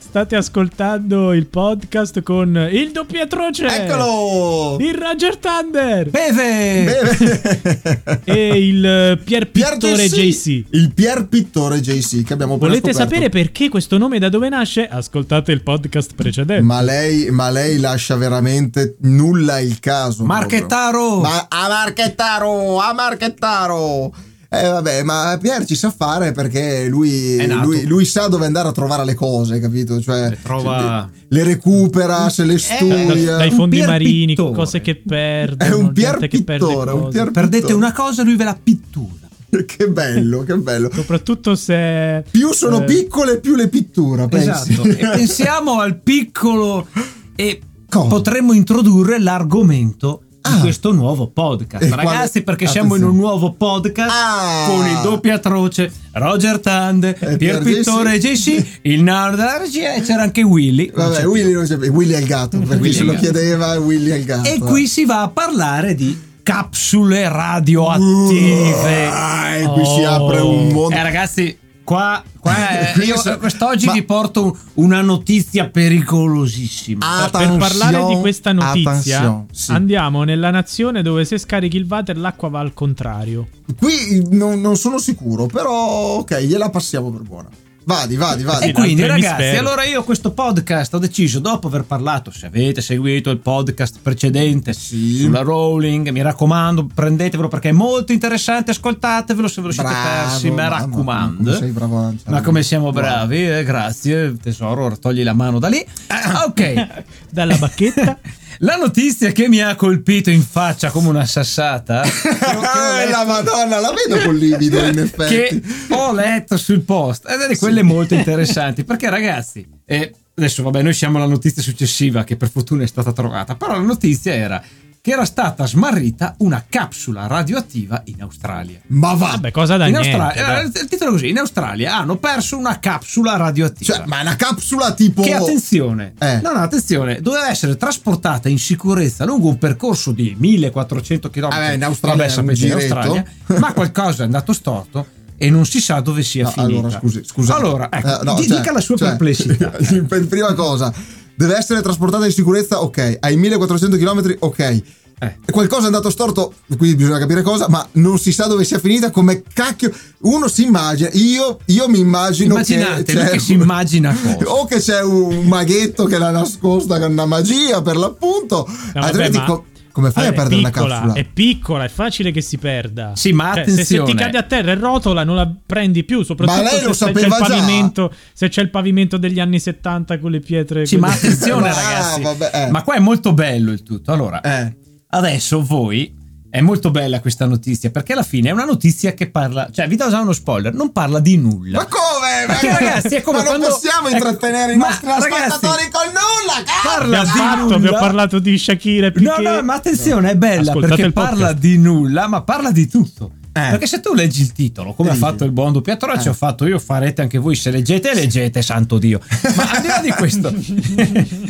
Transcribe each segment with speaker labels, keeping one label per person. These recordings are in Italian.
Speaker 1: State ascoltando il podcast con il doppiatroce.
Speaker 2: Eccolo!
Speaker 1: Il Roger Thunder.
Speaker 3: Beve!
Speaker 2: Bene.
Speaker 1: e il eh, Pier
Speaker 2: Pier
Speaker 1: Pittore JC.
Speaker 2: Il Pier Pittore JC che abbiamo appena
Speaker 1: Volete
Speaker 2: scoperto.
Speaker 1: sapere perché questo nome da dove nasce? Ascoltate il podcast precedente.
Speaker 2: Ma lei, ma lei lascia veramente nulla il caso. proprio.
Speaker 3: Marchettaro!
Speaker 2: Ma a Marchettaro! A Marchettaro! Eh vabbè, ma Pier ci sa fare perché lui,
Speaker 3: È nato.
Speaker 2: lui, lui sa dove andare a trovare le cose, capito? Cioè,
Speaker 3: Le trova-
Speaker 2: le, le recupera, se le
Speaker 1: Da-
Speaker 2: studia.
Speaker 1: dai fondi
Speaker 3: Pier
Speaker 1: marini,
Speaker 3: Pittore.
Speaker 1: cose che perdono.
Speaker 2: È un
Speaker 1: gente
Speaker 2: Pier
Speaker 1: che perde
Speaker 2: Pittore, un
Speaker 1: cose.
Speaker 2: Pier
Speaker 3: Perdete
Speaker 2: Pittore.
Speaker 3: una cosa, lui ve la pittura.
Speaker 2: Che bello, che bello.
Speaker 1: Soprattutto se.
Speaker 2: Più sono
Speaker 1: eh,
Speaker 2: piccole, più le pittura, pensi.
Speaker 3: Esatto. E pensiamo al piccolo e
Speaker 2: Cosa?
Speaker 3: potremmo introdurre l'argomento di
Speaker 2: Ah.
Speaker 3: questo nuovo podcast.
Speaker 2: E quale-
Speaker 3: Ragazzi, perché siamo in
Speaker 2: Attenzione.
Speaker 3: un nuovo podcast
Speaker 2: Ah.
Speaker 3: con il doppio atroce Roger Tande,
Speaker 2: E
Speaker 3: Pier
Speaker 2: Pier
Speaker 3: Pittore JC, il Nard Argia e c'era anche Willy. Cioè, Non
Speaker 2: Vabbè,
Speaker 3: c'è
Speaker 2: Willy non c'è più. Willy è il gatto, per
Speaker 3: Willy
Speaker 2: chi
Speaker 3: è
Speaker 2: se
Speaker 3: il
Speaker 2: lo
Speaker 3: gatto.
Speaker 2: chiedeva, Willy è il gatto.
Speaker 3: E qui si va a parlare di capsule radioattive.
Speaker 2: Ah, e qui si
Speaker 1: Oh.
Speaker 2: apre un mondo.
Speaker 3: Eh, ragazzi, qua, qua eh,
Speaker 2: Qui
Speaker 3: io
Speaker 2: so-
Speaker 3: quest'oggi
Speaker 2: ma-
Speaker 3: vi porto un- una notizia pericolosissima.
Speaker 2: Ah,
Speaker 1: Per parlare di questa notizia,
Speaker 2: attenzione, sì.
Speaker 1: andiamo nella nazione dove se scarichi il water l'acqua va al contrario.
Speaker 2: Qui non, non sono sicuro, però ok, gliela passiamo per buona. Vadi, vadi, vadi.
Speaker 3: E quindi
Speaker 1: l'altro
Speaker 3: ragazzi,
Speaker 1: emisfero.
Speaker 3: allora io questo podcast ho deciso, dopo aver parlato, se avete seguito il podcast precedente
Speaker 2: Sì.
Speaker 3: sulla Rowling, mi raccomando, prendetevelo perché è molto interessante, ascoltatevelo se ve lo siete
Speaker 2: Bravo,
Speaker 3: persi, mi
Speaker 2: mamma,
Speaker 3: raccomando.
Speaker 2: come sei bravo a lanciarlo.
Speaker 3: Ma come siamo
Speaker 2: Bravo. Ah.
Speaker 3: bravi, eh, grazie tesoro, ora togli la mano da lì. Ok,
Speaker 1: Dalla bacchetta.
Speaker 3: la notizia che mi ha colpito in faccia come una sassata... che ho- che ho
Speaker 2: Eh, la
Speaker 3: letto-
Speaker 2: madonna, la vedo col livido in
Speaker 3: che
Speaker 2: effetti.
Speaker 3: ho letto sul post ed è di quelle molto interessanti perché ragazzi eh, adesso vabbè noi siamo alla notizia successiva che per fortuna è stata trovata però la notizia era che era stata smarrita una capsula radioattiva in Australia
Speaker 2: Ma va.
Speaker 1: Vabbè, cosa da
Speaker 3: in
Speaker 1: niente.
Speaker 3: Australia, eh,
Speaker 1: dai.
Speaker 3: il titolo è così in Australia hanno perso una capsula radioattiva
Speaker 2: Cioè, ma è una capsula tipo
Speaker 3: che attenzione,
Speaker 2: Eh.
Speaker 3: no, no, attenzione, doveva essere trasportata in sicurezza lungo un percorso di 1400 km.
Speaker 2: Vabbè, in Australia
Speaker 3: Vabbè,
Speaker 2: era un
Speaker 3: sapete, in
Speaker 2: giretto.
Speaker 3: Australia, ma qualcosa è andato storto e non si sa dove sia
Speaker 2: No,
Speaker 3: finita.
Speaker 2: allora, scusi, scusate.
Speaker 3: Allora, ecco,
Speaker 2: Eh, no,
Speaker 3: di-
Speaker 2: cioè-
Speaker 3: dica la sua
Speaker 2: cioè,
Speaker 3: perplessità.
Speaker 2: per prima cosa, deve essere trasportata in sicurezza, ok. Ai 1400 km, ok.
Speaker 3: Eh.
Speaker 2: Qualcosa è andato storto, quindi bisogna capire cosa, ma non si sa dove sia finita, come cacchio. Uno si immagina, io, io mi immagino
Speaker 3: Immaginate,
Speaker 2: che,
Speaker 3: lui
Speaker 2: c'è-
Speaker 3: che si immagina cosa.
Speaker 2: O che c'è un maghetto che l'ha nascosta con una magia, per l'appunto.
Speaker 1: No, vabbè,
Speaker 2: Altrimenti
Speaker 1: ma-
Speaker 2: co- come fai a
Speaker 1: Allora, è
Speaker 2: perdere
Speaker 1: piccola,
Speaker 2: una capsula?
Speaker 1: È piccola, è facile che si perda.
Speaker 3: Sì,
Speaker 1: Cioè,
Speaker 3: ma
Speaker 1: se- Se,
Speaker 3: attenzione.
Speaker 1: ti cade a terra e rotola, non la prendi più. Soprattutto
Speaker 2: lei lo
Speaker 1: se, c'è il
Speaker 2: sapeva già.
Speaker 1: pavimento, se c'è il pavimento degli anni 70 con le pietre.
Speaker 3: Sì,
Speaker 1: con
Speaker 3: ma
Speaker 1: le-
Speaker 3: attenzione,
Speaker 2: Ah,
Speaker 3: ragazzi.
Speaker 2: vabbè, eh.
Speaker 3: Ma qua è molto bello il tutto. Allora,
Speaker 2: Eh.
Speaker 3: adesso voi. È molto bella questa notizia perché alla fine è una notizia che parla, cioè vi do già uno spoiler, non parla di nulla.
Speaker 2: Ma Eh, come?
Speaker 3: Perché, ragazzi, è come
Speaker 2: ma non
Speaker 3: quando-
Speaker 2: possiamo
Speaker 3: ecco,
Speaker 2: intrattenere i
Speaker 3: ma,
Speaker 2: nostri
Speaker 3: ragazzi,
Speaker 2: ascoltatori con nulla. cazzo!
Speaker 3: parla
Speaker 1: Abbiamo
Speaker 3: di
Speaker 1: fatto,
Speaker 3: nulla.
Speaker 1: abbiamo parlato di Shakira e
Speaker 3: No,
Speaker 1: Piqué.
Speaker 3: no, ma attenzione, è bella
Speaker 1: Ascoltate
Speaker 3: perché
Speaker 1: il podcast.
Speaker 3: parla di nulla, ma parla di tutto.
Speaker 2: Eh.
Speaker 3: Perché se tu leggi il titolo, come ha
Speaker 2: Leggi.
Speaker 3: fatto il buon doppiatore, ci ho fatto io, farete anche voi. Se leggete, leggete, santo Dio. Ma al di là di questo,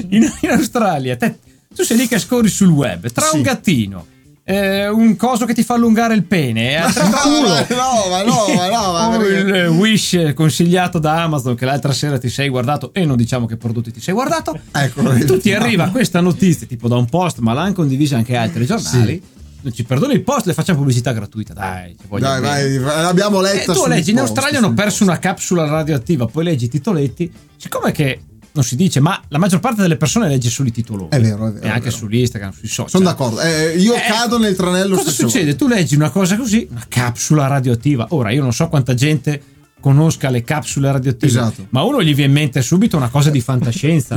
Speaker 3: in, in Australia, te- tu sei lì che scorri sul web tra
Speaker 2: Sì.
Speaker 3: un gattino, eh, un coso che ti fa allungare il pene, eh, tra un
Speaker 2: No,
Speaker 3: culo.
Speaker 2: ma no, ma no, ma no, ma
Speaker 3: o
Speaker 2: perché-
Speaker 3: il eh, Wish consigliato da Amazon che l'altra sera ti sei guardato e non diciamo che prodotti ti sei guardato.
Speaker 2: Eccolo.
Speaker 3: tu Ecco, ti arriva questa notizia tipo da un post, ma l'hanno condivisa anche altri giornali. Non ci perdoni il post, le facciamo pubblicità gratuita. Dai, ci voglio
Speaker 2: Dai,
Speaker 3: bene.
Speaker 2: vai, l'abbiamo
Speaker 3: Eh,
Speaker 2: letta.
Speaker 3: tu
Speaker 2: sul
Speaker 3: leggi in
Speaker 2: post,
Speaker 3: Australia
Speaker 2: sul
Speaker 3: hanno perso
Speaker 2: post.
Speaker 3: una capsula radioattiva, poi leggi i titoletti. Siccome che non si dice, ma la maggior parte delle persone legge solo i titoloni.
Speaker 2: È vero, è vero, è
Speaker 3: E anche
Speaker 2: vero.
Speaker 3: su Instagram, sui social.
Speaker 2: Sono d'accordo. Eh, io
Speaker 3: Eh,
Speaker 2: cado nel tranello
Speaker 3: Cosa
Speaker 2: stesso.
Speaker 3: succede? Tu leggi una cosa così, una capsula radioattiva. Ora, io non so quanta gente conosca le capsule radioattive,
Speaker 2: Esatto.
Speaker 3: ma uno gli viene in mente subito una cosa di fantascienza.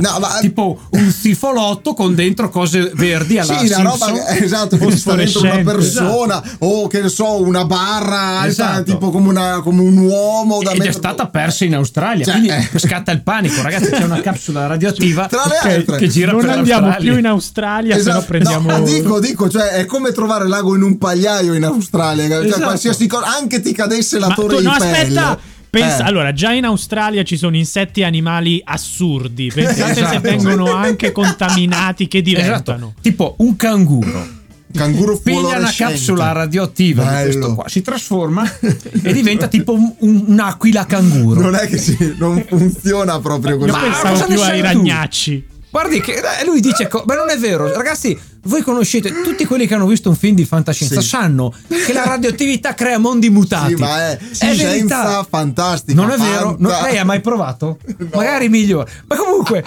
Speaker 2: No, ma-
Speaker 3: Tipo un sifolotto con dentro cose verdi alla
Speaker 2: Sì, la roba
Speaker 3: Simpson.
Speaker 2: esatto, che sta dentro una
Speaker 1: Fosforescente.
Speaker 2: persona o che ne so, una barra alta,
Speaker 3: Esatto.
Speaker 2: tipo come, una- come un uomo da
Speaker 3: Ed è
Speaker 2: mettere-
Speaker 3: stata persa in Australia,
Speaker 2: Cioè,
Speaker 3: quindi
Speaker 2: eh.
Speaker 3: scatta il panico, ragazzi. C'è una capsula radioattiva
Speaker 2: Tra le
Speaker 3: che,
Speaker 2: altre,
Speaker 3: che gira
Speaker 1: non
Speaker 3: per
Speaker 1: andiamo
Speaker 3: l'Australia.
Speaker 1: più in Australia, se no
Speaker 2: Esatto.
Speaker 1: prendiamo.
Speaker 2: No, dico, dico, cioè è come trovare l'ago in un pagliaio in Australia, cioè
Speaker 3: Esatto.
Speaker 2: qualsiasi cosa, anche ti cadesse la
Speaker 1: Ma
Speaker 2: torre
Speaker 1: tu-
Speaker 2: di
Speaker 1: no,
Speaker 2: pelle.
Speaker 1: aspetta! Pensa,
Speaker 2: Eh.
Speaker 1: Allora, già in Australia ci sono insetti e animali assurdi. Pensate se
Speaker 3: Esatto.
Speaker 1: vengono anche contaminati che
Speaker 3: Esatto,
Speaker 1: diventano.
Speaker 3: tipo un canguro.
Speaker 2: Canguro
Speaker 3: piglia una
Speaker 2: fluorescente.
Speaker 3: capsula radioattiva di
Speaker 2: Bello.
Speaker 3: questo qua, si trasforma e diventa tipo un- un- un'aquila canguro.
Speaker 2: Non è che si, non funziona proprio così.
Speaker 1: Io
Speaker 3: Ma
Speaker 1: pensavo
Speaker 3: cosa ne
Speaker 1: più
Speaker 3: sai
Speaker 1: ai
Speaker 3: tu?
Speaker 1: ragnacci.
Speaker 3: Guardi che e lui dice, co- ma non è vero, ragazzi, voi conoscete, tutti quelli che hanno visto un film di fantascienza
Speaker 2: Sì.
Speaker 3: sanno che la radioattività crea mondi mutati.
Speaker 2: Sì, ma è
Speaker 3: verità.
Speaker 2: scienza fantastica.
Speaker 3: Non è
Speaker 2: fanta-
Speaker 3: vero, non- lei ha mai provato? Magari migliore. Ma comunque,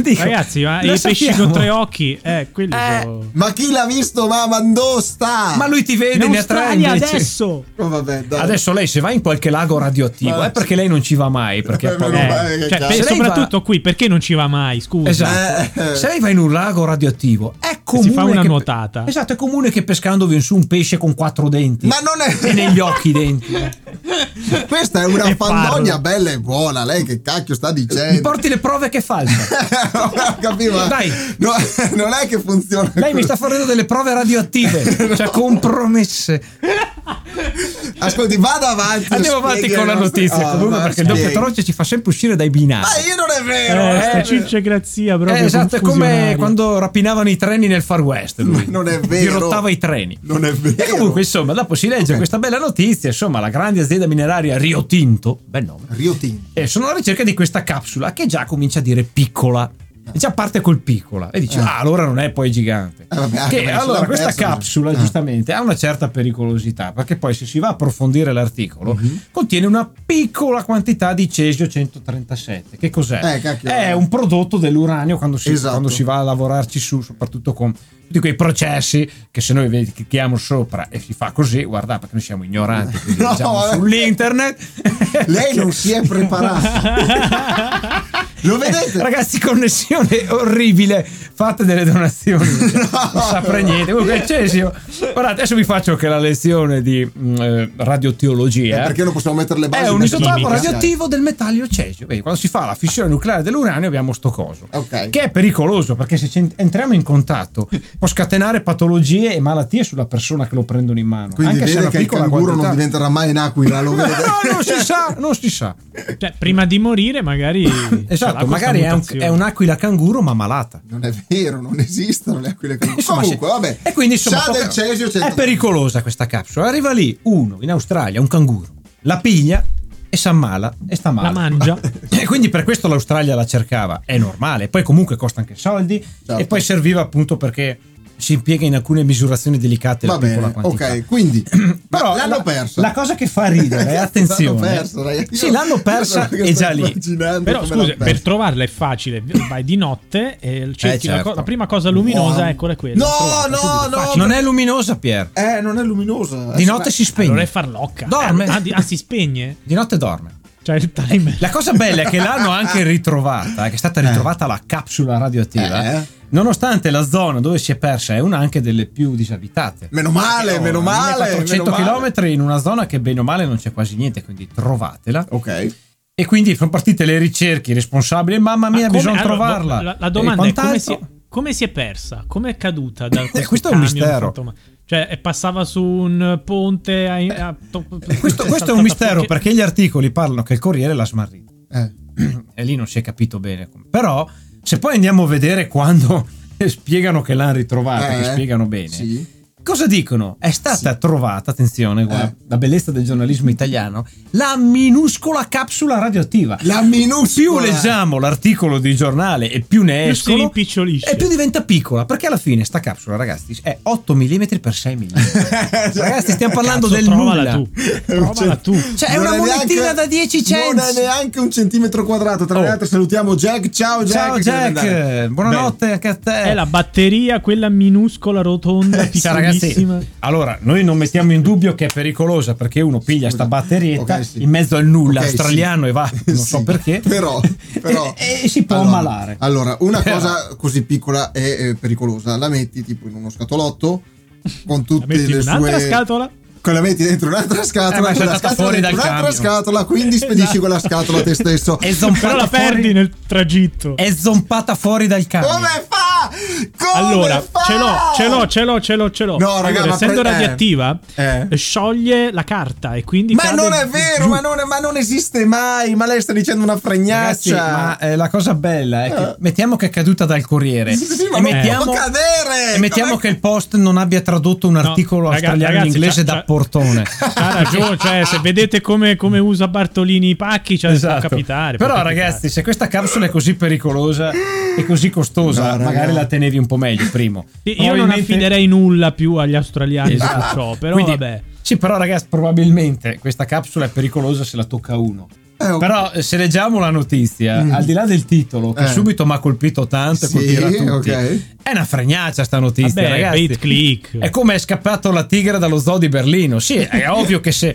Speaker 3: dico,
Speaker 1: Ragazzi, ma
Speaker 3: lo
Speaker 1: i pesci
Speaker 3: sappiamo.
Speaker 1: con tre occhi, eh, quelli
Speaker 3: Eh,
Speaker 1: sono-
Speaker 2: Ma chi l'ha visto? Ma Mandosta!
Speaker 3: Ma lui ti vede,
Speaker 1: In
Speaker 3: ne ha tre
Speaker 1: Australia
Speaker 3: invece.
Speaker 1: adesso!
Speaker 2: Oh, vabbè, dai.
Speaker 3: Adesso lei se va in qualche lago radioattivo
Speaker 2: Ma-
Speaker 3: è perché lei non ci va mai, perché
Speaker 2: Eh,
Speaker 3: poi-
Speaker 2: meno
Speaker 1: Eh,
Speaker 2: male che
Speaker 1: cioè,
Speaker 2: cazzo.
Speaker 1: per-
Speaker 3: Se lei
Speaker 1: soprattutto qui, perché non ci va mai? Scusa.
Speaker 3: Esatto.
Speaker 2: Eh.
Speaker 3: Se lei va in un lago radioattivo, è comune.
Speaker 1: si fa una
Speaker 3: che-
Speaker 1: nuotata.
Speaker 3: Esatto, è comune che pescandovi in su un pesce con quattro denti.
Speaker 2: Ma non
Speaker 3: E
Speaker 2: è.
Speaker 3: negli occhi i denti.
Speaker 2: Questa è una
Speaker 1: E parla.
Speaker 2: fandonia bella e buona. Lei che cacchio sta
Speaker 3: Mi
Speaker 2: dicendo?
Speaker 3: porti le prove che è falsa.
Speaker 2: non capivo. ma-
Speaker 3: Dai.
Speaker 2: No, non è che funziona.
Speaker 3: Lei mi sta facendo delle prove radioattive, cioè compromesse.
Speaker 2: Ascolti, vada avanti.
Speaker 3: Andiamo avanti
Speaker 2: spieghi
Speaker 3: con la
Speaker 2: le nostre-
Speaker 3: notizia.
Speaker 2: Ah,
Speaker 3: comunque,
Speaker 2: ma
Speaker 3: perché il doppio
Speaker 2: spieghi.
Speaker 3: Troce ci fa sempre uscire dai binari.
Speaker 2: Ma io non è vero.
Speaker 1: Eh,
Speaker 2: eh.
Speaker 1: sta cincegrazia proprio.
Speaker 3: Eh, esatto, è come
Speaker 1: confusionaria.
Speaker 3: quando rapinavano i treni nel Far West. Lui.
Speaker 2: Ma non è vero.
Speaker 3: Dirottava i treni.
Speaker 2: Non è vero.
Speaker 3: E comunque, insomma, dopo si legge questa bella notizia. Insomma, la grande azienda mineraria Rio Tinto, bel nome,
Speaker 2: Rio Tinto.
Speaker 3: eh, sono alla ricerca di questa capsula che già comincia a dire piccola. E già parte col piccola e dice:
Speaker 2: Eh.
Speaker 3: Ah, allora non è poi gigante.
Speaker 2: Eh, vabbè, anche
Speaker 3: che,
Speaker 2: perché
Speaker 3: allora,
Speaker 2: sulla
Speaker 3: questa
Speaker 2: terza-
Speaker 3: capsula,
Speaker 2: eh.
Speaker 3: giustamente, ha una certa pericolosità. Perché poi, se si va a approfondire l'articolo,
Speaker 2: Mhm.
Speaker 3: contiene una piccola quantità di cesio 137. Che cos'è?
Speaker 2: Eh, cacchio.
Speaker 3: è un prodotto dell'uranio quando si,
Speaker 2: Esatto.
Speaker 3: quando si va a lavorarci su, soprattutto con tutti quei processi che se noi vedi- clicchiamo sopra e si fa così, guarda, perché noi siamo ignoranti, quindi
Speaker 2: No,
Speaker 3: leggiamo
Speaker 2: eh.
Speaker 3: sull'internet.
Speaker 2: Lei non si è preparata. Lo vedete?
Speaker 3: Ragazzi, connessione orribile. Fate delle donazioni. Non saprei niente. Comunque, Cesio. Guardate, adesso vi faccio anche la lezione di mm, eh,
Speaker 2: Eh,
Speaker 3: radioteologia.
Speaker 2: perché non possiamo mettere le basi?
Speaker 3: è un
Speaker 2: della
Speaker 3: isotopo
Speaker 2: chimica?
Speaker 3: radioattivo del metallo cesio. Vedi, quando si fa la fissione nucleare dell'uranio abbiamo sto coso.
Speaker 2: Ok.
Speaker 3: Che è pericoloso perché se ci entriamo in contatto può scatenare patologie e malattie sulla persona che lo prendono in mano.
Speaker 2: Quindi
Speaker 3: anche se è
Speaker 2: vede
Speaker 3: una
Speaker 2: che il
Speaker 3: piccola
Speaker 2: canguro non
Speaker 3: quantità.
Speaker 2: diventerà mai in aquila, lo vede.
Speaker 3: No, non si sa, non si sa.
Speaker 1: Cioè, prima di morire, magari.
Speaker 3: Esatto, magari è, un- è un'aquila canguro ma malata.
Speaker 2: Non è vero, non esistono le aquile canguro.
Speaker 3: Insomma,
Speaker 2: Comunque,
Speaker 3: se-
Speaker 2: vabbè.
Speaker 3: E quindi insomma,
Speaker 2: Sa
Speaker 3: poca-
Speaker 2: del cesio
Speaker 3: è
Speaker 2: 100.
Speaker 3: pericolosa questa capsula. Arriva lì uno in Australia, un canguro, la piglia e si ammala e sta male.
Speaker 1: La mangia.
Speaker 3: E quindi per questo l'Australia la cercava, è normale. Poi comunque costa anche soldi
Speaker 2: Certo.
Speaker 3: e poi serviva appunto perché si impiega in alcune misurazioni delicate
Speaker 2: Va
Speaker 3: la piccola
Speaker 2: bene,
Speaker 3: quantità.
Speaker 2: ok, quindi ma
Speaker 3: Però
Speaker 2: l'hanno
Speaker 3: la-
Speaker 2: perso.
Speaker 3: La cosa che fa ridere, eh, attenzione.
Speaker 2: L'hanno perso, ragazzi.
Speaker 3: Sì, l'hanno persa
Speaker 2: Io
Speaker 3: e già
Speaker 2: sto
Speaker 3: lì.
Speaker 2: immaginando
Speaker 1: Però
Speaker 2: come
Speaker 1: scusa,
Speaker 2: l'hanno persa.
Speaker 1: per trovarla è facile. Vai di notte e cerchi la,
Speaker 3: certo.
Speaker 1: co- la prima cosa luminosa,
Speaker 2: Wow.
Speaker 1: eccola quella.
Speaker 2: Eh, No,
Speaker 1: trovata,
Speaker 2: no,
Speaker 1: subito,
Speaker 2: no.
Speaker 1: facile.
Speaker 3: Non è luminosa, Pier.
Speaker 2: Eh, non è luminosa.
Speaker 3: Di notte si spegne.
Speaker 1: Allora è farlocca.
Speaker 3: Dorme.
Speaker 1: Ah, di- ah, si spegne.
Speaker 3: Di notte dorme.
Speaker 1: Cioè, il timer.
Speaker 3: La cosa bella è che l'hanno anche ritrovata, eh, che è stata ritrovata la capsula radioattiva.
Speaker 2: Eh.
Speaker 3: Nonostante la zona dove si è persa è una anche delle più disabitate.
Speaker 2: Meno male,
Speaker 3: Perché, oh,
Speaker 2: meno male,
Speaker 3: 1400
Speaker 2: meno male.
Speaker 3: km in una zona che bene o male non c'è quasi niente, quindi trovatela.
Speaker 2: Ok.
Speaker 3: E quindi sono partite le ricerche, i responsabili, mamma
Speaker 1: Ma
Speaker 3: mia,
Speaker 1: come-
Speaker 3: bisogna
Speaker 1: allora,
Speaker 3: trovarla.
Speaker 1: La, la
Speaker 3: E
Speaker 1: domanda è come si,
Speaker 3: quant'altro?
Speaker 1: è, come si è persa? Come è caduta? Da
Speaker 3: Eh,
Speaker 1: questo
Speaker 3: questo è un
Speaker 1: camion
Speaker 3: mistero.
Speaker 1: fatto ma- Cioè, e passava su un ponte. A, a- to-
Speaker 3: Eh, Questo, questo è un
Speaker 1: saltata
Speaker 3: mistero
Speaker 1: fuori-
Speaker 3: perché gli articoli parlano che il Corriere l'ha smarrita.
Speaker 2: Eh.
Speaker 3: e lì non si è capito bene. come. Però, se poi andiamo a vedere quando spiegano che l'hanno ritrovata, che
Speaker 2: Eh,
Speaker 3: Ah, spiegano bene,
Speaker 2: Sì.
Speaker 3: cosa dicono? È stata trovata, attenzione, guarda, Eh, la bellezza del giornalismo italiano, la minuscola capsula radioattiva.
Speaker 2: La minuscola.
Speaker 3: Più leggiamo l'articolo di giornale e più ne
Speaker 1: Più si
Speaker 3: escono,
Speaker 1: rimpicciolisce.
Speaker 3: e più diventa piccola, perché alla fine sta capsula, ragazzi, è 8 mm x 6 mm. ragazzi, stiamo parlando
Speaker 1: Cioè, Cazzo,
Speaker 3: del
Speaker 1: trovala
Speaker 3: nulla.
Speaker 1: tu. Trovala tu.
Speaker 3: Cioè, è
Speaker 2: Non
Speaker 3: una
Speaker 2: neanche-
Speaker 3: monetina da 10 centi.
Speaker 2: Non è neanche un centimetro quadrato. Tra
Speaker 3: Oh.
Speaker 2: le altre, salutiamo Jack. Ciao, Jack.
Speaker 3: Ciao
Speaker 2: che deve andare.
Speaker 3: Jack, buonanotte anche a te.
Speaker 1: È la batteria, quella minuscola, rotonda,
Speaker 3: Cioè, ragazzi,
Speaker 1: piccolissima.
Speaker 3: allora noi non mettiamo in dubbio che è pericolosa perché uno piglia sta batterietta
Speaker 2: Ok, sì.
Speaker 3: in mezzo al nulla
Speaker 2: Ok,
Speaker 3: australiano
Speaker 2: sì.
Speaker 3: e va, non so
Speaker 2: Sì.
Speaker 3: perché,
Speaker 2: Però, però-
Speaker 3: e, e si può
Speaker 2: Allora,
Speaker 3: ammalare.
Speaker 2: Allora, una
Speaker 3: Però-
Speaker 2: cosa così piccola e eh, pericolosa, la metti tipo in uno scatolotto con
Speaker 1: La
Speaker 2: tutte
Speaker 1: metti in
Speaker 2: le
Speaker 1: un'altra
Speaker 2: sue
Speaker 1: scatola.
Speaker 2: Con la metti dentro un'altra
Speaker 3: Eh, ma
Speaker 2: scatola,
Speaker 3: è
Speaker 2: con la
Speaker 3: saltata
Speaker 2: scatola
Speaker 3: fuori
Speaker 2: dentro
Speaker 3: dal
Speaker 2: un'altra
Speaker 3: camion.
Speaker 2: scatola, quindi spedisci
Speaker 1: Esatto.
Speaker 2: con la scatola te stesso.
Speaker 3: È zompata
Speaker 1: Però la
Speaker 3: fuori-
Speaker 1: perdi nel tragitto.
Speaker 3: È zompata fuori dal camion.
Speaker 2: Come fa? Come
Speaker 1: Allora,
Speaker 2: fa?
Speaker 1: ce l'ho, ce l'ho, ce l'ho, ce l'ho, ce l'ho.
Speaker 2: No, raga,
Speaker 1: Allora,
Speaker 2: ma
Speaker 1: essendo
Speaker 2: pre- eh,
Speaker 1: radioattiva,
Speaker 2: eh.
Speaker 1: scioglie la carta e quindi
Speaker 2: Ma
Speaker 1: cade
Speaker 2: non è vero,
Speaker 1: giù.
Speaker 2: ma non, è- ma non esiste mai. Ma lei sta dicendo una
Speaker 3: Ragazzi,
Speaker 2: fregnaccia.
Speaker 3: ma eh, la cosa bella è che
Speaker 2: Eh.
Speaker 3: mettiamo che è caduta dal Corriere
Speaker 2: Sì, sì, ma
Speaker 3: e
Speaker 2: non
Speaker 3: mettiamo,
Speaker 2: può cadere!
Speaker 3: e mettiamo
Speaker 2: Com'è
Speaker 3: che il post non abbia tradotto un
Speaker 1: No,
Speaker 3: articolo
Speaker 1: raga-
Speaker 3: australiano in
Speaker 1: ragazzi, c'ha-
Speaker 3: inglese da
Speaker 1: c'ha-
Speaker 3: portone.
Speaker 1: Ha ragione, cioè, se vedete come, come usa Bartolini i pacchi, cioè,
Speaker 3: Esatto.
Speaker 1: può capitare. può
Speaker 3: Però
Speaker 1: capitare.
Speaker 3: ragazzi, se questa capsula è così pericolosa e così
Speaker 2: No,
Speaker 3: costosa,
Speaker 2: raga.
Speaker 3: magari la tenevi un po' meglio, primo.
Speaker 1: Sì, Io non
Speaker 3: Probabilmente-
Speaker 1: affiderei nulla più agli australiani
Speaker 3: Esatto.
Speaker 1: su ciò, però
Speaker 3: Quindi-
Speaker 1: vabbè.
Speaker 3: Sì, però ragazzi, probabilmente questa capsula è pericolosa se la tocca uno.
Speaker 2: Eh, ok.
Speaker 3: Però eh, se leggiamo la notizia,
Speaker 2: Mm.
Speaker 3: al di là del titolo, che
Speaker 2: Eh.
Speaker 3: subito mi ha colpito tanto e
Speaker 2: Sì,
Speaker 3: colpirà tutti,
Speaker 2: ok.
Speaker 3: è una fregnaccia sta notizia,
Speaker 1: Vabbè,
Speaker 3: ragazzi.
Speaker 1: bait click.
Speaker 3: È come è scappato la tigre dallo zoo di Berlino. Sì, è ovvio che se,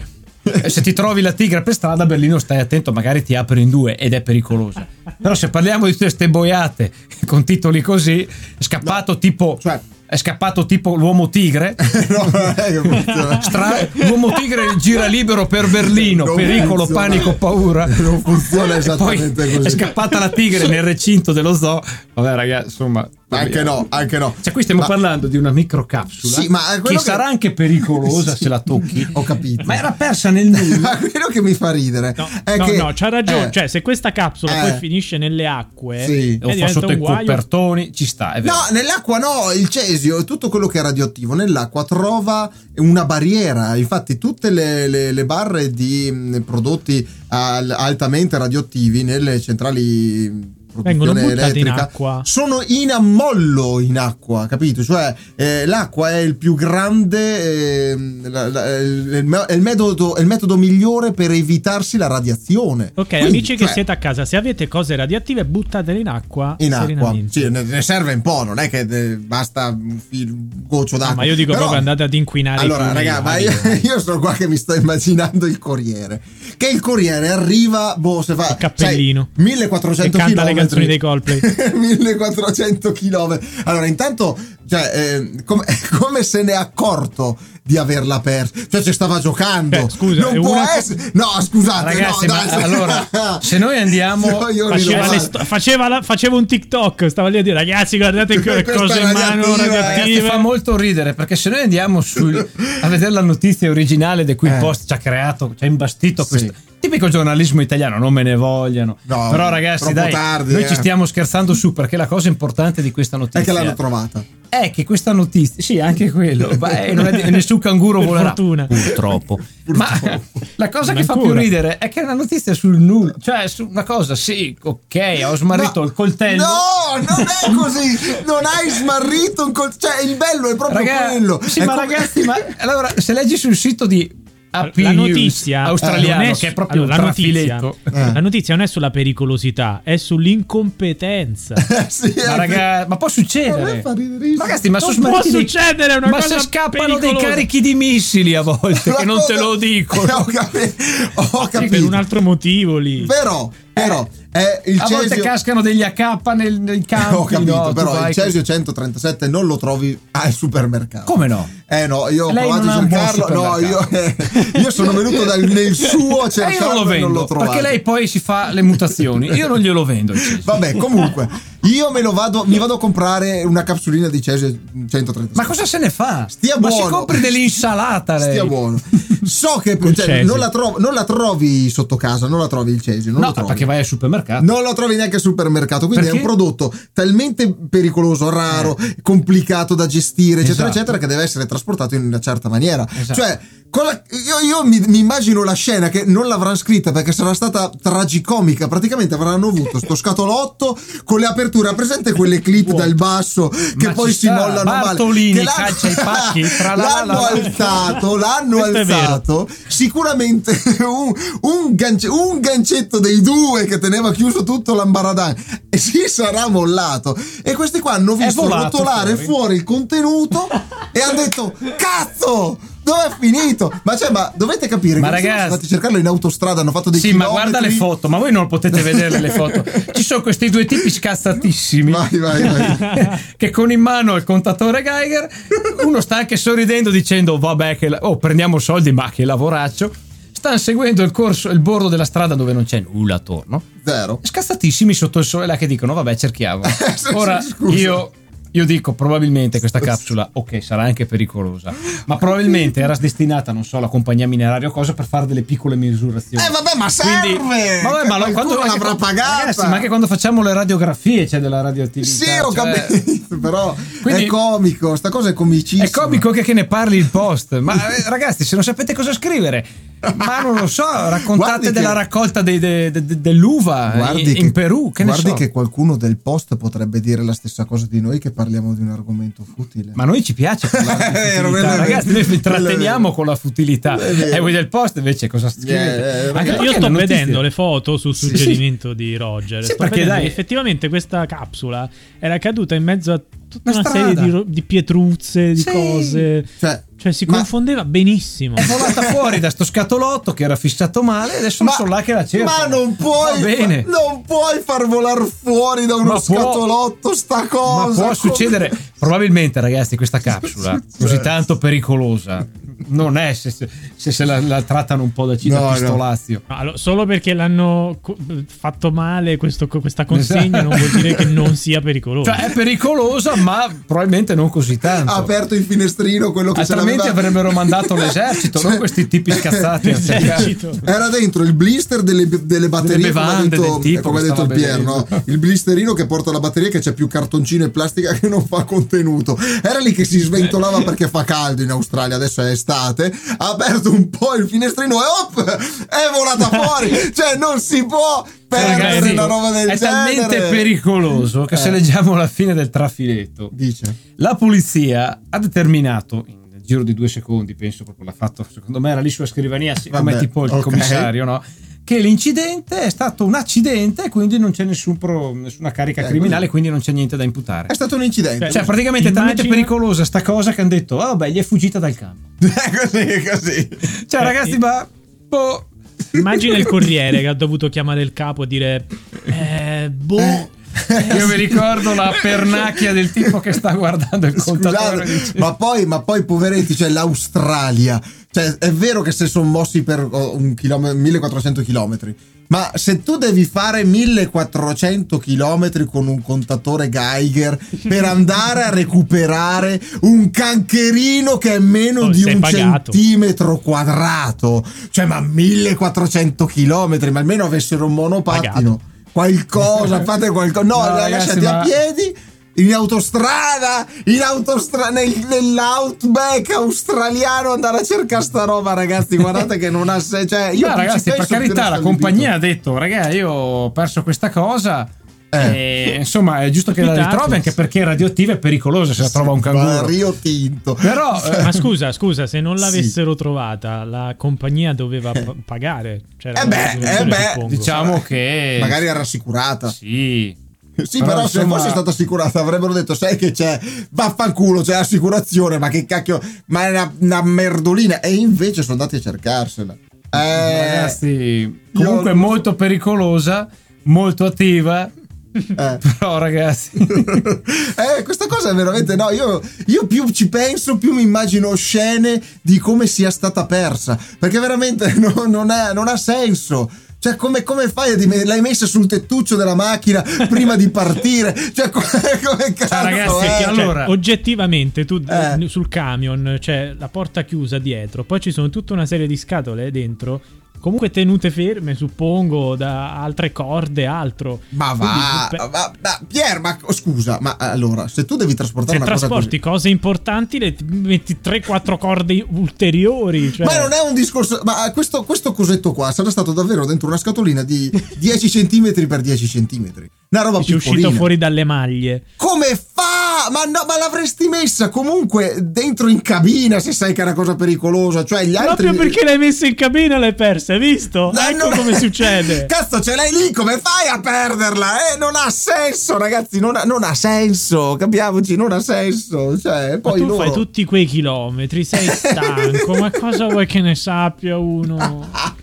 Speaker 3: se ti trovi la tigre per strada a Berlino stai attento, magari ti apri in due ed è pericoloso. Però se parliamo di tutte queste boiate con titoli così, è scappato tipo...
Speaker 2: cioè-
Speaker 3: È scappato tipo l'uomo tigre.
Speaker 2: No, non è che funziona.
Speaker 3: Stra- l'uomo tigre gira libero per Berlino,
Speaker 2: Non
Speaker 3: pericolo,
Speaker 2: funziona.
Speaker 3: panico, paura.
Speaker 2: Non funziona
Speaker 3: E poi
Speaker 2: esattamente così.
Speaker 3: È scappata la tigre nel recinto dello zoo. Vabbè, ragazzi, insomma.
Speaker 2: Anche no, anche no.
Speaker 3: Cioè, qui stiamo
Speaker 2: Ma-
Speaker 3: parlando di una microcapsula
Speaker 2: Sì, ma è
Speaker 3: che,
Speaker 2: quello che-
Speaker 3: sarà anche pericolosa
Speaker 2: Sì.
Speaker 3: se la tocchi.
Speaker 2: Ho capito.
Speaker 3: Ma era persa nel nulla.
Speaker 2: Ma quello che mi fa ridere
Speaker 1: No,
Speaker 2: è
Speaker 1: no,
Speaker 2: che.
Speaker 1: no, c'ha ragione.
Speaker 2: eh,
Speaker 1: Cioè, se questa capsula
Speaker 2: eh.
Speaker 1: poi finisce nelle acque,
Speaker 2: Sì.
Speaker 1: e
Speaker 3: Lo fa
Speaker 1: diventa
Speaker 3: sotto
Speaker 1: un
Speaker 3: i
Speaker 1: guaio.
Speaker 3: copertoni, ci sta, è vero.
Speaker 2: No, nell'acqua no, il cesio e tutto quello che è radioattivo nell'acqua trova una barriera. Infatti, tutte le, le- le barre di mh, prodotti al- altamente radioattivi nelle centrali mh,
Speaker 1: Vengono
Speaker 2: produzione
Speaker 1: buttate in
Speaker 2: elettrica
Speaker 1: acqua.
Speaker 2: sono in ammollo in acqua, capito? Cioè, eh, l'acqua è il più grande, ehm, la- la- è il- è il me- è il metodo, è il metodo migliore per evitarsi la radiazione.
Speaker 1: Ok,
Speaker 2: Quindi,
Speaker 1: amici che
Speaker 2: cioè,
Speaker 1: siete a casa, se avete cose radioattive, buttatele in acqua.
Speaker 2: in acqua.
Speaker 1: serenamente.
Speaker 2: Sì, ne ne serve un po', non è che eh, basta un fil- un goccio d'acqua.
Speaker 1: No, ma io dico
Speaker 2: Però-
Speaker 1: proprio andate ad inquinare. i
Speaker 2: Allora,
Speaker 1: fiumi,
Speaker 2: raga, ma
Speaker 1: vai.
Speaker 2: io, io sono qua che mi sto immaginando il Corriere. Che il Corriere arriva, boh, se fa...
Speaker 1: Il cappellino.
Speaker 2: sai, 1400
Speaker 1: E canta le
Speaker 2: chilometri.
Speaker 1: canzoni dei Coldplay.
Speaker 2: 1400 km. Allora, intanto, cioè, eh, com- come se ne è accorto di averla persa? Cioè, ci stava giocando.
Speaker 1: Eh, scusa,
Speaker 2: non
Speaker 1: è
Speaker 2: può
Speaker 1: una-
Speaker 2: essere... No, scusate.
Speaker 3: Ragazzi,
Speaker 2: no,
Speaker 3: ma
Speaker 2: dai,
Speaker 3: allora, se noi andiamo-
Speaker 2: no, io
Speaker 1: Faceva,
Speaker 2: rido,
Speaker 1: le
Speaker 2: ma-
Speaker 1: sto- faceva la- faceva un TikTok, stava lì a dire ragazzi guardate che ho le
Speaker 2: Questa
Speaker 1: cose in mano
Speaker 2: radioattiva,
Speaker 3: Ragazzi,
Speaker 1: radioattive.
Speaker 3: fa molto ridere perché se noi andiamo sul- a vedere la notizia originale di cui il
Speaker 2: Eh.
Speaker 3: post ci ha creato, ci ha imbastito
Speaker 2: Sì.
Speaker 3: questo tipico giornalismo italiano, non me ne vogliano.
Speaker 2: No,
Speaker 3: Però ragazzi,
Speaker 2: troppo
Speaker 3: dai,
Speaker 2: tardi,
Speaker 3: noi
Speaker 2: eh.
Speaker 3: ci stiamo scherzando su perché la cosa importante di questa notizia
Speaker 2: È che l'hanno trovata.
Speaker 3: è che questa notizia, sì, anche quello, ma, eh, non è- nessun canguro
Speaker 1: Per
Speaker 3: volerà.
Speaker 1: fortuna.
Speaker 3: Purtroppo. Ma la cosa
Speaker 1: Non
Speaker 3: che fa più
Speaker 1: ancora.
Speaker 3: ridere è che è una notizia sul nulla, cioè su una cosa, sì, ok, ho smarrito
Speaker 2: No,
Speaker 3: il coltello.
Speaker 2: No, non è così. non hai smarrito un coltello. Cioè, il bello è proprio
Speaker 3: Raga-
Speaker 2: quello.
Speaker 3: sì,
Speaker 2: È
Speaker 3: ma
Speaker 2: come-
Speaker 3: ragazzi, ma allora se leggi sul sito di AP
Speaker 1: la
Speaker 3: News
Speaker 1: notizia
Speaker 3: australiano,
Speaker 1: non
Speaker 3: che è proprio
Speaker 1: allora,
Speaker 3: un
Speaker 1: la notizia,
Speaker 3: trafiletto.
Speaker 2: Eh.
Speaker 1: la notizia non è sulla pericolosità, è sull'incompetenza.
Speaker 2: Eh, Sì,
Speaker 3: Ma,
Speaker 2: è-
Speaker 3: raga, ma può
Speaker 2: A me
Speaker 3: succedere?
Speaker 2: fa riderissimo.
Speaker 3: Ragazzi, ma
Speaker 1: Non
Speaker 3: sono
Speaker 1: può
Speaker 3: smarriti dei-
Speaker 1: succedere, è una
Speaker 3: ma
Speaker 1: cosa
Speaker 3: se scappano dei
Speaker 1: pericolosa.
Speaker 3: carichi di missili a volte,
Speaker 2: La
Speaker 3: che non te
Speaker 2: cosa-
Speaker 3: lo dico.
Speaker 2: Eh, ho capi- ho
Speaker 1: Sì,
Speaker 2: capito.
Speaker 1: per un altro motivo lì.
Speaker 2: Però, però, è il
Speaker 3: Eh, A volte
Speaker 2: Cesio.
Speaker 3: cascano degli AK nel, nel campo.
Speaker 2: Eh, Ho capito,
Speaker 3: no, tu
Speaker 2: però
Speaker 3: vai-
Speaker 2: il Cesio 137 non lo trovi al supermercato.
Speaker 3: Come no?
Speaker 2: Eh no, io ho
Speaker 3: Lei
Speaker 2: provato
Speaker 3: non
Speaker 2: a
Speaker 3: ha un buon
Speaker 2: cercarlo. No, io,
Speaker 3: supermercato.
Speaker 2: io sono venuto dal, nel suo
Speaker 3: E Eh, io non
Speaker 2: cercarlo
Speaker 3: lo
Speaker 2: e
Speaker 3: vendo
Speaker 2: non l'ho trovato.
Speaker 3: perché lei poi si fa le mutazioni. Io non glielo vendo. il Cesio.
Speaker 2: Vabbè, comunque, io me lo vado, mi vado a comprare una capsulina di Cesio 137.
Speaker 3: Ma cosa se ne fa?
Speaker 2: Stia
Speaker 3: ma si
Speaker 2: buono.
Speaker 3: compri dell'insalata lei.
Speaker 2: Stia buono. So che
Speaker 1: Col
Speaker 2: cioè,
Speaker 1: Cesio.
Speaker 2: non, la trovo- non la trovi sotto casa, non la trovi il Cesio. Non
Speaker 3: No,
Speaker 2: lo trovi.
Speaker 3: perché vai al supermercato.
Speaker 2: Non lo trovi neanche al supermercato, quindi
Speaker 3: Perché? Eh.
Speaker 2: è un prodotto talmente pericoloso, raro, complicato da gestire, eccetera,
Speaker 3: Esatto.
Speaker 2: eccetera, che deve essere trasportato in una certa maniera.
Speaker 3: Esatto.
Speaker 2: Cioè, con la- io, io mi, mi immagino la scena che non l'avranno scritta perché sarà stata tragicomica. Praticamente avranno avuto sto scatolotto con le aperture. Ha presente quelle clip
Speaker 1: Vuoto.
Speaker 2: dal basso che
Speaker 3: Ma
Speaker 2: poi
Speaker 3: ci
Speaker 2: si
Speaker 3: sta,
Speaker 2: mollano male?
Speaker 3: Bartolini
Speaker 2: Che l'hanno-
Speaker 3: calcia i pacchi, tra la- la-
Speaker 2: l'hanno
Speaker 3: la-
Speaker 2: alzato, l'hanno
Speaker 1: Questo è vero.
Speaker 2: alzato. Sicuramente un, un gance- un gancetto dei due che teneva chiuso tutto l'ambaradan e si sarà mollato. E questi qua hanno
Speaker 3: È
Speaker 2: visto
Speaker 3: volato
Speaker 2: rotolare
Speaker 3: fuori.
Speaker 2: fuori. il contenuto e hanno detto: Cazzo! Dove è finito? Ma cioè, ma dovete capire
Speaker 3: Ma
Speaker 2: che questi
Speaker 3: ragazzi-
Speaker 2: sono andati a cercarlo in autostrada, hanno fatto dei
Speaker 3: Sì, ma
Speaker 2: chilometri.
Speaker 3: guarda le foto, ma voi non potete vedere le foto. Ci sono questi due tipi scazzatissimi.
Speaker 2: Vai, vai, vai.
Speaker 3: che con in mano il contatore Geiger, uno sta anche sorridendo dicendo vabbè che la- oh, prendiamo soldi ma che lavoraccio, stanno seguendo il corso, il bordo della strada dove non c'è nulla attorno,
Speaker 2: Zero.
Speaker 3: scazzatissimi sotto il sole là che dicono vabbè cerchiamo.
Speaker 2: Sì, sì,
Speaker 3: Ora
Speaker 2: scusa.
Speaker 3: io Io dico probabilmente questa capsula, ok, sarà anche pericolosa, ma probabilmente era destinata, non so, alla compagnia mineraria o cosa per fare delle piccole misurazioni.
Speaker 2: Eh vabbè, ma serve!
Speaker 3: vabbè, ma lo-
Speaker 2: quando
Speaker 3: quando
Speaker 2: l'avrà pagata?
Speaker 3: Ragazzi, ma anche quando facciamo le radiografie c'è della radioattività.
Speaker 2: Sì, ho
Speaker 3: cioè,
Speaker 2: capito, però
Speaker 3: Quindi-
Speaker 2: è comico, sta cosa è comicissima.
Speaker 3: È comico che, che ne parli il post, ma eh, ragazzi, se non sapete cosa scrivere, ma non lo so,
Speaker 2: Guardi
Speaker 3: raccontate
Speaker 2: che-
Speaker 3: della raccolta dei- de- de- de- dell'uva
Speaker 2: Guardi
Speaker 3: in,
Speaker 2: che-
Speaker 3: in Perù. Che ne
Speaker 2: guardi
Speaker 3: so.
Speaker 2: che qualcuno del post potrebbe dire la stessa cosa di noi che parliamo di un argomento futile.
Speaker 3: Ma a noi ci piace parlare di
Speaker 2: È vero,
Speaker 3: futilità.
Speaker 2: Eh, quello è vero.
Speaker 3: ragazzi, noi vi
Speaker 2: Quello è
Speaker 3: tratteniamo con la futilità.
Speaker 2: È vero.
Speaker 3: E voi del post invece cosa scrivete?
Speaker 2: Eh, eh,
Speaker 3: Anche
Speaker 2: ragazzi, Io
Speaker 3: perché
Speaker 1: Io sto
Speaker 3: la notizia-
Speaker 1: vedendo le foto sul
Speaker 3: Sì.
Speaker 1: suggerimento di Roger.
Speaker 3: Sì,
Speaker 1: sto
Speaker 3: perché,
Speaker 1: vedendo
Speaker 3: dai.
Speaker 1: che effettivamente questa capsula era caduta in mezzo a tutta
Speaker 3: Una
Speaker 1: una,
Speaker 3: strada.
Speaker 1: serie di, ro- di pietruzze, di
Speaker 3: Sì. Esatto,
Speaker 1: cose.
Speaker 2: Cioè,
Speaker 1: Cioè, si
Speaker 2: ma-
Speaker 1: confondeva benissimo.
Speaker 3: È volata fuori da sto scatolotto che era fissato male e adesso sono là che la cerco.
Speaker 2: ma non puoi,
Speaker 3: Va bene.
Speaker 2: non puoi far volare fuori da uno
Speaker 3: Ma può-
Speaker 2: scatolotto sta cosa.
Speaker 3: Ma può
Speaker 2: come-
Speaker 3: succedere, probabilmente ragazzi, questa capsula così tanto pericolosa non è se, se, se- se la, la trattano un po' da cina
Speaker 2: No, no.
Speaker 3: pistolazio.
Speaker 1: No, allo- solo perché l'hanno co- fatto male questo co- questa consegna
Speaker 3: Esatto.
Speaker 1: non vuol dire che non sia pericoloso.
Speaker 3: Cioè è pericolosa, ma probabilmente non così tanto.
Speaker 2: Ha aperto il finestrino quello che ce
Speaker 3: Altrimenti
Speaker 2: l'aveva-
Speaker 3: Esatto. avrebbero mandato l'esercito, non questi tipi scazzati.
Speaker 1: L'esercito.
Speaker 2: Era dentro il blister delle, delle batterie,
Speaker 3: bevande
Speaker 2: come ha detto,
Speaker 3: del tipo
Speaker 2: come ha
Speaker 3: che
Speaker 2: detto il
Speaker 3: stava
Speaker 2: Pier, no?
Speaker 3: bevendo.
Speaker 2: il blisterino che porta la batteria che c'è più cartoncino e plastica che non fa contenuto. Era lì che si sventolava
Speaker 3: Eh.
Speaker 2: perché fa caldo in Australia, adesso è estate, ha aperto un po' il finestrino e op, è volata fuori, cioè non si può perdere
Speaker 3: Ragazzi,
Speaker 2: una roba del
Speaker 3: Cioè, è
Speaker 2: genere.
Speaker 3: talmente pericoloso che se
Speaker 2: Eh.
Speaker 3: leggiamo la fine del trafiletto
Speaker 2: Dice.
Speaker 3: La polizia ha determinato nel giro di due secondi, penso proprio l'ha fatto, secondo me era lì sulla scrivania, sì, come
Speaker 2: Vabbè,
Speaker 3: tipo il
Speaker 2: ok.
Speaker 3: commissario, no? Che l'incidente è stato un accidente e quindi non c'è nessun pro- nessuna carica
Speaker 2: Eh,
Speaker 3: criminale,
Speaker 2: quindi-
Speaker 3: quindi non c'è niente da imputare.
Speaker 2: È stato un incidente.
Speaker 3: Cioè, praticamente è talmente
Speaker 1: Immagina-
Speaker 3: pericolosa sta cosa che hanno detto, oh beh, gli è fuggita dal campo.
Speaker 2: così, così.
Speaker 3: Cioè,
Speaker 1: Eh,
Speaker 3: ragazzi,
Speaker 1: eh.
Speaker 3: ma... boh.
Speaker 1: Immagina il corriere che ha dovuto chiamare il capo e dire: eh, Boh,
Speaker 2: Eh,
Speaker 3: Io mi ricordo la pernacchia del tipo che sta guardando il contatore. e
Speaker 2: Scusate,
Speaker 3: dice-
Speaker 2: ma poi, ma poi poveretti, c'è l'Australia. Cioè, è vero che si sono mossi per oh, un chilome- 1400 km, ma se tu devi fare 1400 km con un contatore Geiger per andare a recuperare un cancherino che è meno
Speaker 1: Oh,
Speaker 2: di
Speaker 1: sei
Speaker 2: un
Speaker 1: pagato.
Speaker 2: centimetro quadrato, cioè, ma 1400 km, ma almeno avessero un monopattino.
Speaker 1: Pagato.
Speaker 2: Qualcosa, fate qualcosa. No,
Speaker 3: No,
Speaker 2: la-
Speaker 3: ragazzi,
Speaker 2: lasciati a
Speaker 3: ma-
Speaker 2: piedi in autostrada, in autostrada, nell'outback australiano andare a cercare sta roba, ragazzi. Guardate che non ha senso. Cioè, io
Speaker 3: No,
Speaker 2: non ci
Speaker 3: ragazzi, per
Speaker 2: penso più
Speaker 3: carità, la
Speaker 2: resto
Speaker 3: compagnia ha detto: Raga, io ho perso questa cosa.
Speaker 2: Eh.
Speaker 3: e, insomma, è giusto che la
Speaker 1: Capitato.
Speaker 3: ritrovi anche perché è radioattiva e pericolosa se la
Speaker 2: allibito.
Speaker 3: trova un
Speaker 2: Ma
Speaker 3: canguro.
Speaker 2: Rio Tinto.
Speaker 3: Però, eh,
Speaker 1: Ma scusa, scusa, se non
Speaker 2: Sì.
Speaker 1: l'avessero trovata, la compagnia doveva pa- pagare. C'era
Speaker 2: Eh
Speaker 1: una
Speaker 2: beh,
Speaker 1: risoluzione,
Speaker 2: eh beh,
Speaker 1: suppongo.
Speaker 3: diciamo che.
Speaker 2: Magari era rassicurata. Sì,
Speaker 3: Sì.
Speaker 2: però,
Speaker 3: Però,
Speaker 2: se
Speaker 3: insomma-
Speaker 2: fosse stata assicurata avrebbero detto: Sai che c'è, vaffanculo, c'è l'assicurazione. Ma che cacchio, ma è una, una merdolina. E invece sono andati a cercarsela. Eh,
Speaker 3: Ragazzi, comunque
Speaker 2: io-
Speaker 3: molto pericolosa, molto attiva.
Speaker 2: eh.
Speaker 3: Però, ragazzi,
Speaker 2: eh, questa cosa è veramente no. Io, io più ci penso, più mi immagino scene di come sia stata persa. Perché veramente no- non, è- non ha senso. Cioè, come, come fai a dime- L'hai messa sul tettuccio della macchina prima di partire? Cioè, co- come, cazzo
Speaker 3: ragazzi,
Speaker 2: è?
Speaker 1: Cioè,
Speaker 3: che Allora-
Speaker 1: oggettivamente tu
Speaker 2: Eh.
Speaker 1: sul camion c'è la porta chiusa dietro, poi ci sono tutta una serie di scatole dentro, comunque tenute ferme, suppongo, da altre corde, altro.
Speaker 2: Ma
Speaker 1: Quindi,
Speaker 2: va,
Speaker 1: pe-
Speaker 2: ma, ma- Pier, ma co- scusa, ma allora, se tu devi trasportare
Speaker 1: se
Speaker 2: una cosa così,
Speaker 1: trasporti cose importanti, le ti metti 3-4 corde ulteriori. Cioè,
Speaker 2: Ma non è un discorso. Ma ah, questo, questo cosetto qua sarà stato davvero dentro una scatolina di 10 cm per 10 cm. Una roba
Speaker 1: ci è
Speaker 2: piccolina.
Speaker 1: uscito fuori dalle maglie.
Speaker 2: Come fa? Ma, no, ma l'avresti messa comunque dentro in cabina se sai che è una cosa pericolosa. Cioè, gli altri.
Speaker 1: Proprio perché l'hai messa in cabina l'hai persa, hai visto?
Speaker 2: No,
Speaker 1: ecco
Speaker 2: non-
Speaker 1: come succede.
Speaker 2: Cazzo, ce l'hai lì, come fai a perderla? Eh, non ha senso, ragazzi, non ha, non ha senso, capiamoci, non ha senso. Cioè,
Speaker 1: Ma
Speaker 2: poi
Speaker 1: tu
Speaker 2: loro-
Speaker 1: fai tutti quei chilometri, sei stanco, ma cosa vuoi che ne sappia uno?
Speaker 2: Ah,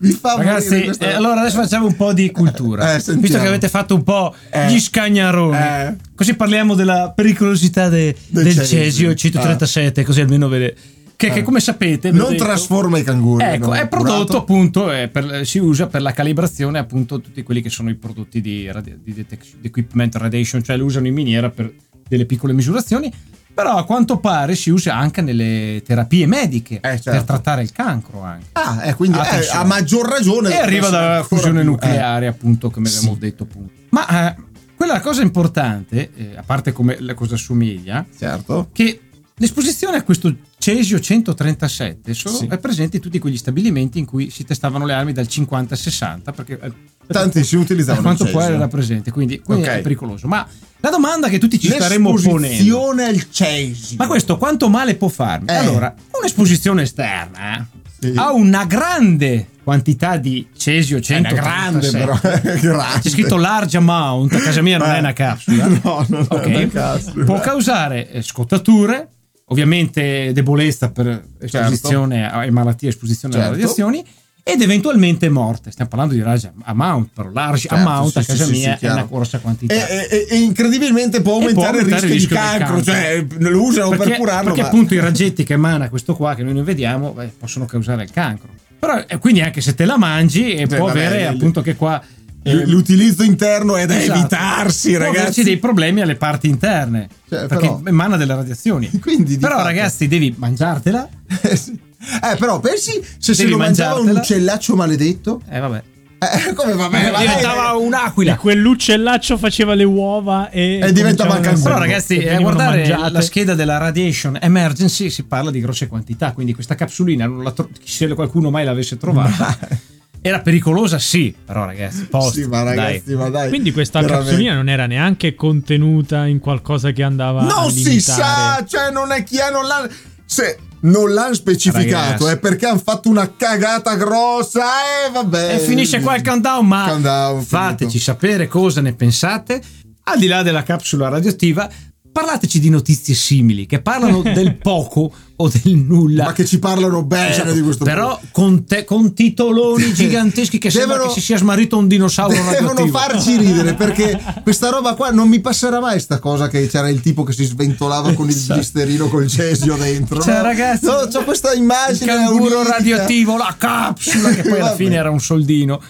Speaker 2: Mi fa morire
Speaker 3: ragazzi
Speaker 2: questa-
Speaker 3: eh, allora adesso facciamo un po' di cultura.
Speaker 2: Eh, sentiamo.
Speaker 3: Visto che avete fatto un po'
Speaker 2: Eh.
Speaker 3: gli scagnaroni,
Speaker 2: Eh.
Speaker 3: così parliamo della pericolosità de-
Speaker 2: Del
Speaker 3: del,
Speaker 2: cesio. eh.
Speaker 3: Cesio 137, così almeno vede. Che, che come sapete, ve l'ho
Speaker 2: Non
Speaker 3: detto-
Speaker 2: trasforma i canguri.
Speaker 3: Ecco,
Speaker 2: non
Speaker 3: è
Speaker 2: curato.
Speaker 3: prodotto appunto, è per- si usa per la calibrazione appunto tutti quelli che sono i prodotti di, radi- di detection- di equipment radiation, cioè lo usano in miniera per delle piccole misurazioni, però a quanto pare si usa anche nelle terapie mediche
Speaker 2: Eh, certo.
Speaker 3: per trattare il cancro anche.
Speaker 2: Ah, eh, quindi eh,
Speaker 3: Attenzione.
Speaker 2: a maggior ragione.
Speaker 3: E arriva dalla
Speaker 2: ancora
Speaker 3: fusione
Speaker 2: più,
Speaker 3: nucleare, appunto, come
Speaker 2: Sì.
Speaker 3: abbiamo detto. Appunto. eh. Ma eh, quella cosa importante, eh, a parte come la cosa assomiglia,
Speaker 2: eh, certo.
Speaker 3: che l'esposizione a questo cesio 137 solo
Speaker 2: Sì.
Speaker 3: è presente in tutti quegli stabilimenti in cui si testavano le armi dal 50 al 60, perché eh,
Speaker 2: Tanti si
Speaker 3: per
Speaker 2: utilizzavano.
Speaker 3: quanto
Speaker 2: il
Speaker 3: poi
Speaker 2: cesio.
Speaker 3: era presente, quindi, quindi
Speaker 2: Ok.
Speaker 3: è pericoloso. Ma la domanda che tutti ci staremmo ponendo,
Speaker 2: L'esposizione al cesio.
Speaker 3: ma questo quanto male può farmi?
Speaker 2: Eh.
Speaker 3: Allora, un'esposizione esterna
Speaker 2: Sì.
Speaker 3: eh, a una grande quantità di
Speaker 2: è
Speaker 3: cesio
Speaker 2: una
Speaker 3: 137
Speaker 2: grande, però. eh. è grande.
Speaker 3: c'è scritto large amount, a casa mia non
Speaker 2: Eh.
Speaker 3: è una capsula.
Speaker 2: No, non è
Speaker 3: Ok.
Speaker 2: una capsula.
Speaker 3: Può causare eh, scottature, ovviamente debolezza per esposizione a- e malattie, esposizione alle
Speaker 2: Certo.
Speaker 3: radiazioni ed eventualmente morte. Stiamo parlando di large amount, però large
Speaker 2: Certo,
Speaker 3: amount
Speaker 2: sì,
Speaker 3: a
Speaker 2: sì,
Speaker 3: casa
Speaker 2: sì, sì,
Speaker 3: mia è
Speaker 2: chiaro. Eh,
Speaker 3: una grossa quantità.
Speaker 2: E, e- e incredibilmente può
Speaker 3: E può
Speaker 2: aumentare, il rischio,
Speaker 3: del
Speaker 2: di cancro, cioè lo usano per curarlo.
Speaker 3: perché
Speaker 2: ma-
Speaker 3: appunto i raggetti che emana questo qua che noi non vediamo beh, possono causare il cancro però eh, quindi anche se te la mangi eh,
Speaker 2: Cioè,
Speaker 3: può
Speaker 2: vabbè,
Speaker 3: avere
Speaker 2: il-
Speaker 3: appunto che qua
Speaker 2: L-
Speaker 3: eh,
Speaker 2: l'utilizzo interno è da
Speaker 3: Esatto.
Speaker 2: evitarsi,
Speaker 3: Può averci
Speaker 2: ragazzi.
Speaker 3: dei problemi alle parti interne
Speaker 2: Cioè,
Speaker 3: perché
Speaker 2: però-
Speaker 3: emana delle radiazioni.
Speaker 2: Quindi, di
Speaker 3: però,
Speaker 2: fatto-
Speaker 3: ragazzi, devi mangiartela.
Speaker 2: Eh, sì. Eh, però pensi se se
Speaker 3: Devi
Speaker 2: lo mangiava un
Speaker 3: mangiartela.
Speaker 2: uccellaccio maledetto?
Speaker 3: Eh, vabbè.
Speaker 2: Eh, come va bene? va bene.
Speaker 3: Diventava
Speaker 1: E
Speaker 3: un'aquila.
Speaker 1: quell'uccellaccio faceva le uova e.
Speaker 2: E diventava
Speaker 1: cominciavano-
Speaker 2: cancro.
Speaker 3: Però, ragazzi,
Speaker 1: e
Speaker 3: eh,
Speaker 1: venivano
Speaker 3: guardare
Speaker 1: mangiate.
Speaker 3: la scheda della Radiation Emergency si parla di grosse quantità. Quindi, questa capsulina, non la tro- se qualcuno mai l'avesse trovata, era pericolosa, sì. Però, ragazzi, posto,
Speaker 2: Sì, ma ragazzi, ma dai.
Speaker 1: Quindi questa
Speaker 2: veramente.
Speaker 1: capsulina non era neanche contenuta in qualcosa che andava a
Speaker 2: Non si sa,
Speaker 1: limitare.
Speaker 2: cioè non è chiaro. Non l'ha- se non l'hanno specificato
Speaker 3: Ragazzi.
Speaker 2: è perché hanno fatto una cagata grossa e vabbè.
Speaker 3: E finisce qua il countdown, ma
Speaker 2: Eh, Countdown, finito.
Speaker 3: fateci sapere cosa ne pensate. Al di là della capsula radioattiva, parlateci di notizie simili che parlano del poco o del nulla.
Speaker 2: Ma che ci parlano bene
Speaker 3: Esatto,
Speaker 2: di questo
Speaker 3: però con, te- con titoloni giganteschi che sembra
Speaker 2: Devono-
Speaker 3: che si sia smarrito un dinosauro
Speaker 2: Devono
Speaker 3: radioattivo.
Speaker 2: Eh, farci ridere perché questa roba qua non mi passerà mai. Sta cosa che c'era il tipo che si sventolava con il
Speaker 3: Esatto.
Speaker 2: blisterino col cesio dentro.
Speaker 3: Cioè,
Speaker 2: no?
Speaker 3: ragazzi,
Speaker 2: no, c'ho questa
Speaker 3: il
Speaker 2: immagine.
Speaker 3: canguro
Speaker 2: onirica.
Speaker 3: radioattivo, la capsula che poi alla
Speaker 2: Vabbè.
Speaker 3: fine era un soldino.